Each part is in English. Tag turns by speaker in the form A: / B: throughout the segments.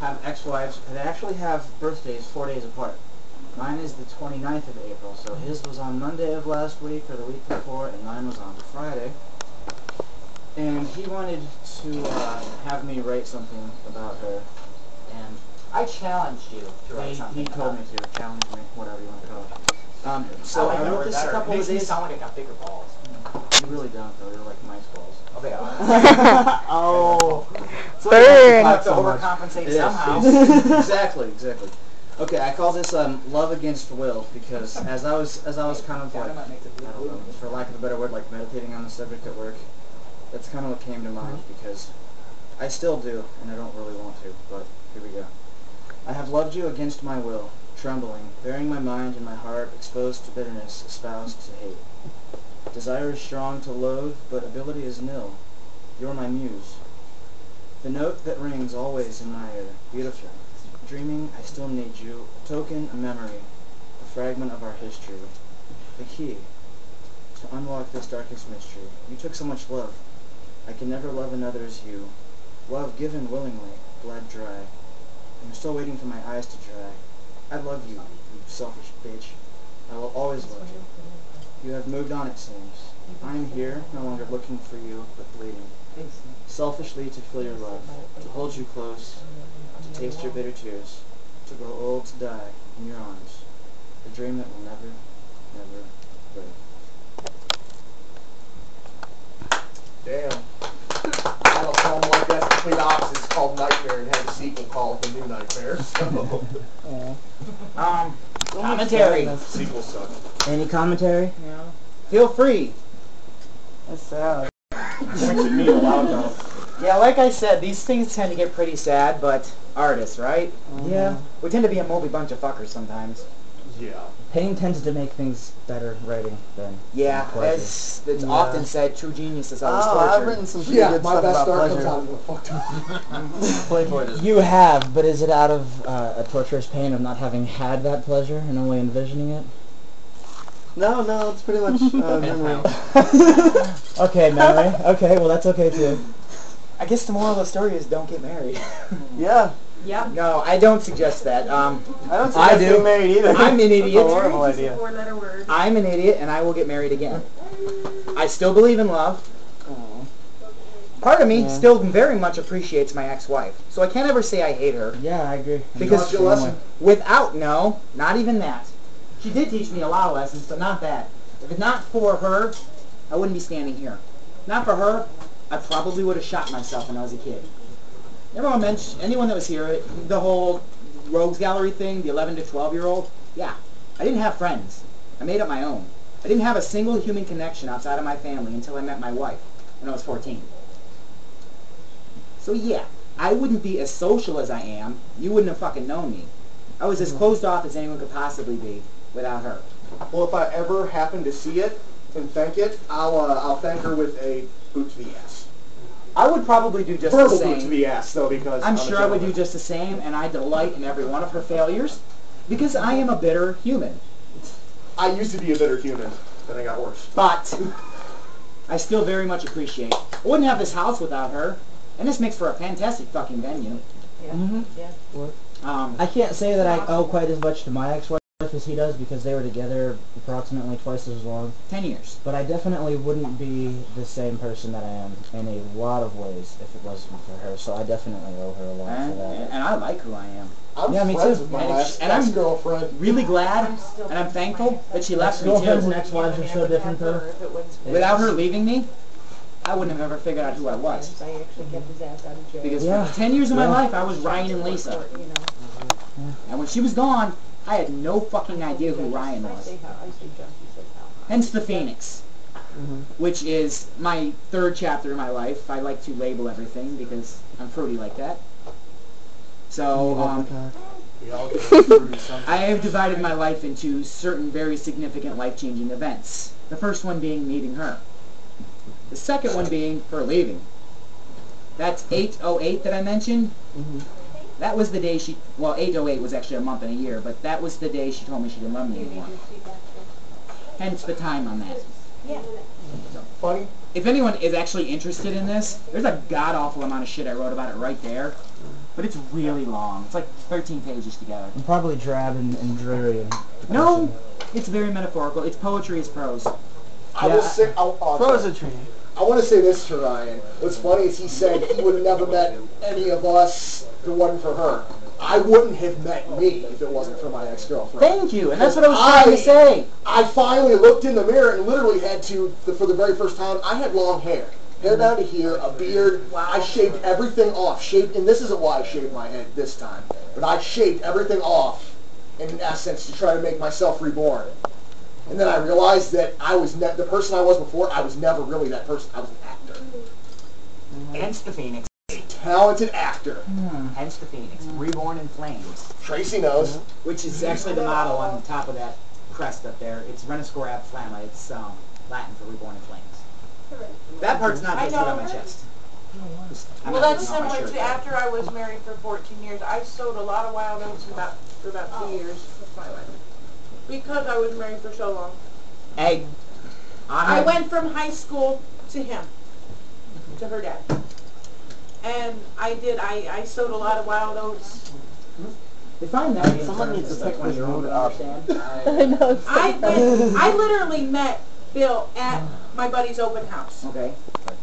A: have ex-wives that actually have birthdays four days apart. Mine is the 29th of April, so his was on Monday of last week or the week before, and mine was on Friday. And he wanted to uh, have me write something about her, and
B: I challenged you to write
A: he,
B: something.
A: he told me to challenge me, whatever you want to call it. Um, so
B: So I
A: I
B: like
A: wrote this a couple of
B: Makes me
A: days.
B: sound like I got bigger balls.
A: You really don't though. You're like mice balls.
B: Oh, they are.
A: oh. So anyway,
C: Burn.
A: I
B: Have
A: have
B: to
A: so much.
B: overcompensate
A: Yes,
B: somehow.
A: yes. exactly, exactly. Okay, I call this um, love against will because as I was as I was kind of like I don't know, for lack of a better word, like meditating on the subject at work, that's kind of what came to mind because I still do and I don't really want to, but here we go. I have loved you against my will, trembling, bearing my mind and my heart exposed to bitterness, espoused to hate. Desire is strong to loathe, but ability is nil. You're my muse. The note that rings always in my ear, beautiful. Dreaming, I still need you. A token, a memory, a fragment of our history. The key to unlock this darkest mystery. You took so much love. I can never love another as you. Love given willingly, bled dry. I'm still waiting for my eyes to dry. I love you, you selfish bitch. I will always love you. You have moved on, it seems. I am here, no longer looking for you, but bleeding selfishly to feel your love, to hold you close, to taste your bitter tears, to grow old, to die in your arms, a dream that will never, never break.
D: Damn. I have a poem like that, complete opposite. It's called Nightmare and had a sequel called The New Nightmare. So,
B: Um, commentary.
D: sequel sucks.
A: Any commentary? Feel free.
C: That's sad.
E: Points at me aloud though.
B: Yeah, like I said, these things tend to get pretty sad, but artists, right?
A: Yeah.
B: We tend to be a moldy bunch of fuckers sometimes.
D: Yeah.
A: Pain tends to make things better writing than.
B: Yeah,
A: Pleasure.
B: that's that's
C: Yeah.
B: often said. True genius is always
C: Oh, I've
B: tortured.
C: written some pretty
D: Yeah,
C: good
D: my
C: stuff
D: best
C: about
D: art comes
C: pleasure.
D: out of a fucked up.
E: Playboy does.
A: You have, but is it out of uh, a torturous pain of not having had that pleasure and only envisioning it?
C: No, no, it's pretty much uh, memory.
A: Okay, memory. okay, well that's okay too.
B: I guess the moral of the story is don't get married.
C: Yeah,
F: Yep.
B: no, I don't suggest that. Um,
C: I don't
B: I
C: suggest
B: do.
C: being married either.
B: I'm an
C: That's a
B: idiot.
C: horrible
F: Marriage is a
C: idea.
F: four-letter word.
B: I'm an idiot, and I will get married again. I still believe in love. Part of me
C: Yeah.
B: still very much appreciates my ex-wife, so I can't ever say I hate her.
A: Yeah, I agree.
B: Because
D: your lesson.
B: Without no, not even that. She did teach me a lot of lessons, but not that. If it's not for her, I wouldn't be standing here. Not for her, I probably would have shot myself when I was a kid. Everyone mentioned anyone that was here, the whole rogues gallery thing, the 11 to 12 year old. Yeah, I didn't have friends. I made up my own. I didn't have a single human connection outside of my family until I met my wife when I was 14. So yeah, I wouldn't be as social as I am. You wouldn't have fucking known me. I was as
A: Mm.
B: closed off as anyone could possibly be without her.
D: Well, if I ever happen to see it and thank it, I'll uh, I'll thank her with a boot to the ass.
B: I would probably do just
D: Verbal
B: the
D: boot to
B: same.
D: the ass, though, because
B: I'm
D: a
B: sure I would
D: gentleman.
B: do just the same, and I delight in every one of her failures because I am a bitter human.
D: I used to be a bitter human, then I got worse.
B: But I still very much appreciate. I wouldn't have this house without her, and this makes for a fantastic fucking venue.
D: Mm-hmm.
B: Mm-hmm.
F: Yeah.
B: Um,
A: I can't say that I owe quite as much to my ex-wife as he does because they were together approximately twice as long.
B: ten years.
A: But I definitely wouldn't be the same person that I am in a lot of ways if it wasn't for her. So I definitely owe her a lot
B: And,
A: for that.
B: and I like who I am.
D: I'm
A: Yeah, me
D: friends
A: too.
D: with my
B: And
D: last
B: I'm-
D: ex-girlfriend.
B: Really glad, and I'm thankful that she left me
A: Ex-girlfriends
B: too.
A: and ex-wives are so different, though.
F: If it wasn't for
B: Without her leaving me, I wouldn't have ever figured out who I was.
F: I actually kept his ass out of jail.
B: Because
A: Yeah.
B: for 10 years of my
A: Yeah.
B: life, I was Ryan and Lisa.
F: You know,
B: And when she was gone, I had no fucking idea who Ryan
F: I
B: was.
F: say how, I say junkie somehow.
B: Hence the Phoenix,
G: Mm-hmm.
B: which is my third chapter in my life. I like to label everything because I'm fruity like that. So um,
D: We all get through something.
B: I have divided my life into certain very significant life-changing events. The first one being meeting her. The second one being her leaving. That's 808 that I mentioned.
F: Mm-hmm.
C: Mhm.
B: That was the day she, well, 808 was actually a month and a year, but that was the day she told me she didn't love me
F: You need
B: anymore.
F: to see that.
B: Hence the time on that.
F: Yeah.
D: Funny.
B: If anyone is actually interested in this, there's a god awful amount of shit I wrote about it right there. but it's really long. It's like 13 pages together.
G: I'm probably drab and, and dreary. And
B: No, it's very metaphorical. It's poetry, it's prose.
D: I
G: Yeah.
D: will say, I, I'll-
G: Prosatry.
D: I want to say this to Ryan. What's funny is he said he would have never met any of us if it wasn't for her. I wouldn't have met me if it wasn't for my ex-girlfriend.
B: Thank you, and that's what I was trying to say.
D: I finally looked in the mirror and literally had to, the, for the very first time, I had long hair. Hair down to here, a beard. I shaved everything off. Shaved, and this isn't why I shaved my head this time, but I shaved everything off in essence to try to make myself reborn. And then I realized that I was ne- the person I was before. I was never really that person. I was an actor,
B: Hence the phoenix.
D: talented actor.
B: Hence the phoenix. Reborn in flames.
D: Tracy knows.
B: Which is actually the motto on the top of that crest up there. It's Reniscor ab flamma. It's um, Latin for reborn in flames. That part's not
H: I
B: listed on
H: know.
B: my chest. I'm
H: Well,
B: not
H: that's
B: putting
H: similar
B: it on my
H: to
B: shirt, but-
H: after I was married for 14 years, I sowed a lot of wild oats about, for about two years of my life. Because I was married for so long.
B: Hey, I,
H: I
B: had-
H: went from high school to him, to her dad. And I did, I, I sowed a lot of wild oats.
B: Define that.
E: Someone needs to pick
B: one
E: this
B: year
E: mood
B: old
E: up.
C: uh,
F: I know. it's
H: I
F: so funny.
H: went, I literally met Bill at my buddy's open house,
B: Okay.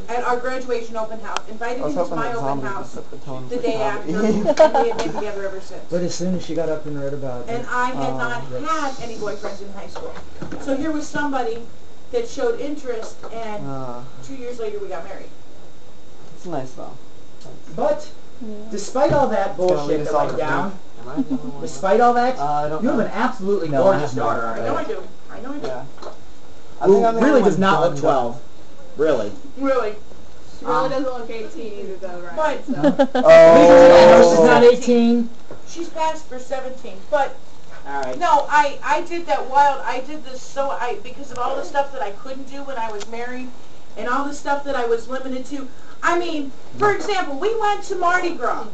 H: at our graduation open house, invited
C: I was
H: him to
C: hoping
H: my
C: that
H: open
C: zombie would
H: house
C: set the tone
H: the
C: for
H: day after,
C: comedy.
H: and we have been together ever since.
G: But as soon as she got up and read about it,
H: And I had
C: Oh,
G: um,
H: not
G: that's-
H: had any boyfriends in high school. So here was somebody that showed interest and
C: Uh,
H: two years later we got married.
C: it's nice though.
B: But despite all that bullshit
C: us
B: that
C: all
B: went
C: to
B: down,
C: Am I the only one?
B: despite all that,
C: Uh, I don't
B: you have
C: know.
B: an absolutely
G: No, I
B: gorgeous
G: have not.
B: daughter.
H: I
B: already.
H: know I do. I know I do.
C: Yeah. I
B: Who
C: think I'm the
B: really
C: only
B: does
C: one
B: not look
C: blonde.
B: 12. Really.
H: Really. Um,
I: She really doesn't look 18 either, though, right?
H: But
B: Oh. I know
C: Oh.
B: she's not 18.
H: she's passed for 17. But
B: All right.
H: no, I, I did that wild. I did this so I because of all the stuff that I couldn't do when I was married and all the stuff that I was limited to. I mean, for example, we went to Mardi Gras.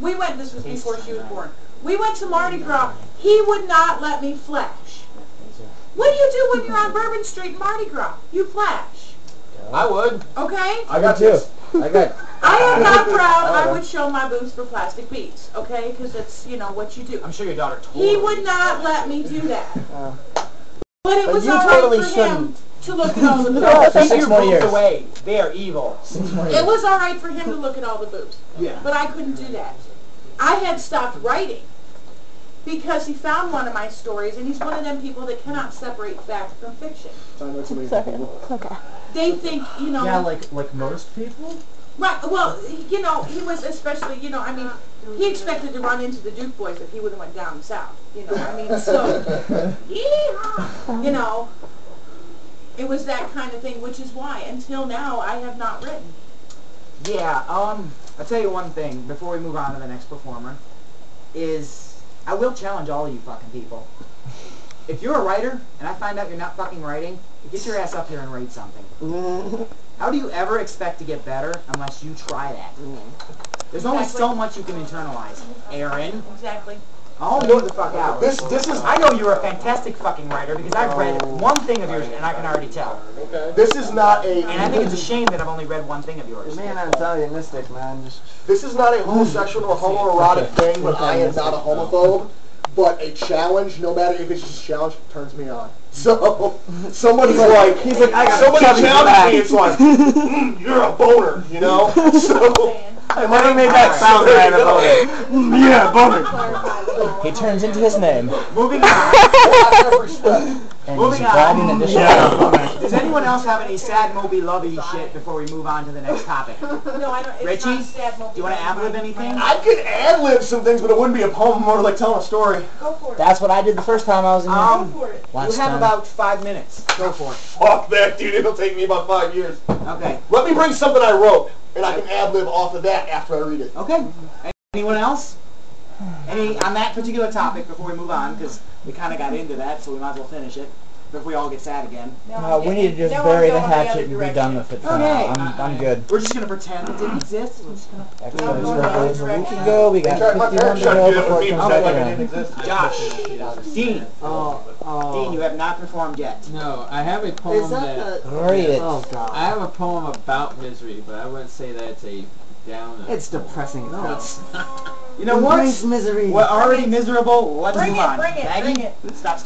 H: We went. This was before she was born. We went to Mardi Gras. He would not let me flash. What do you do when you're on Bourbon Street in Mardi Gras? You flash.
D: I would.
H: Okay?
D: I got this.
G: I got
H: I am not proud. I would show my boobs for plastic beads, okay? Because it's, you know, what you do.
B: I'm sure your daughter told
H: He
B: her.
H: would not let me do that.
C: Uh.
H: But it
C: But
H: was
C: you
H: all right
C: totally
H: for him
C: shouldn't.
H: to look at all the
B: No,
H: boobs.
G: for
B: take
G: six
B: your
G: more
B: boobs
G: years.
B: away. They are evil.
G: six more
H: It
G: years.
H: was all right for him to look at all the boobs.
B: Yeah.
H: But I couldn't do that. I had stopped writing because he found one of my stories, and he's one of them people that cannot separate fact from fiction. They think, you know,
G: Yeah, like like most people.
H: Right. Well, you know, he was especially, you know, I mean, he expected to run into the Duke boys if he would have went down south. You know, I mean, so, yeehaw, you know, it was that kind of thing, which is why until now I have not written.
B: Yeah, um, I'll tell you one thing before we move on to the next performer is I will challenge all of you fucking people. If you're a writer and I find out you're not fucking writing, get your ass up here and read something. How do you ever expect to get better unless you try that?
H: Mm-hmm.
B: There's only so much you can internalize, Aaron.
H: Exactly.
B: I'll know the fuck out.
D: This, this is Oh.
B: I know you're a fantastic fucking writer because I've read one thing of yours and I can already tell.
D: this is not a
B: And I think it's a shame that I've only read one thing of yours.
C: Man, I'm Italianistic, man. Just
D: This is not a homosexual or homoerotic thing, but I am not a homophobe. But a challenge, no matter if it's just a challenge, turns me on. So somebody's like,
C: he's like, I gotta
D: somebody
C: challenge you
D: challenges
C: back.
D: me. It's like, "Mm, you're a boner, you know. So
C: I never made that
D: sound right about it.
C: Yeah, boner.
G: He turns into his name.
B: Moving on.
G: And
B: Moving
G: he's bald
B: on.
G: in addition.
B: Does anyone else have any sad Moby Lovey shit before we move on to the next topic? Do
H: No, I don't. It's
B: Richie,
H: not sad,
B: you want to ad lib anything?
D: I could ad lib some things, but it wouldn't be a poem. More like telling a story.
H: Go for it.
G: That's what I did the first time I was in here.
H: Go
B: Um,
H: for it.
G: Last
B: you have
G: time.
B: about five minutes. Go for it.
D: Fuck that, dude. It'll take me about five years.
B: Okay.
D: Let me bring something I wrote, and I can ad lib off of that after I read it.
B: Okay. Anyone else? Any on that particular topic before we move on because we kind of got into that, so we might as well finish it. If we all get sad again,
H: No,
G: Uh,
H: I'm
G: we need
H: getting-
G: to just
H: now I'm
G: bury the
H: going in other
G: hatchet and be
H: direction.
G: done with it. for
B: Okay.
G: now. I'm, I'm good.
B: we're just gonna pretend it didn't exist. We're just gonna-
G: Actually,
H: I'm
G: it's
H: going the
G: roughly a
H: other
G: week
H: direction.
G: ago. We got
D: Sorry, my
G: 51
D: parents
G: to
D: shut
G: go
D: me down
G: before it
D: with me
G: comes
D: like I
G: back
D: didn't
G: around.
D: exist.
B: Josh, Dean,
C: Oh, oh.
B: Dean, you have not performed yet.
J: No, I have a poem that,
G: Hurry it.
C: Oh, God.
J: I have a poem about misery, but I wouldn't say that it's a
E: down. and-
C: It's depressing.
B: No, it's
C: not.
B: You know what?
C: Embrace misery.
B: We're already miserable. Let's
H: Bring
B: move
H: it,
B: on.
H: bring it,
B: Maggie,
H: bring it.
B: Stop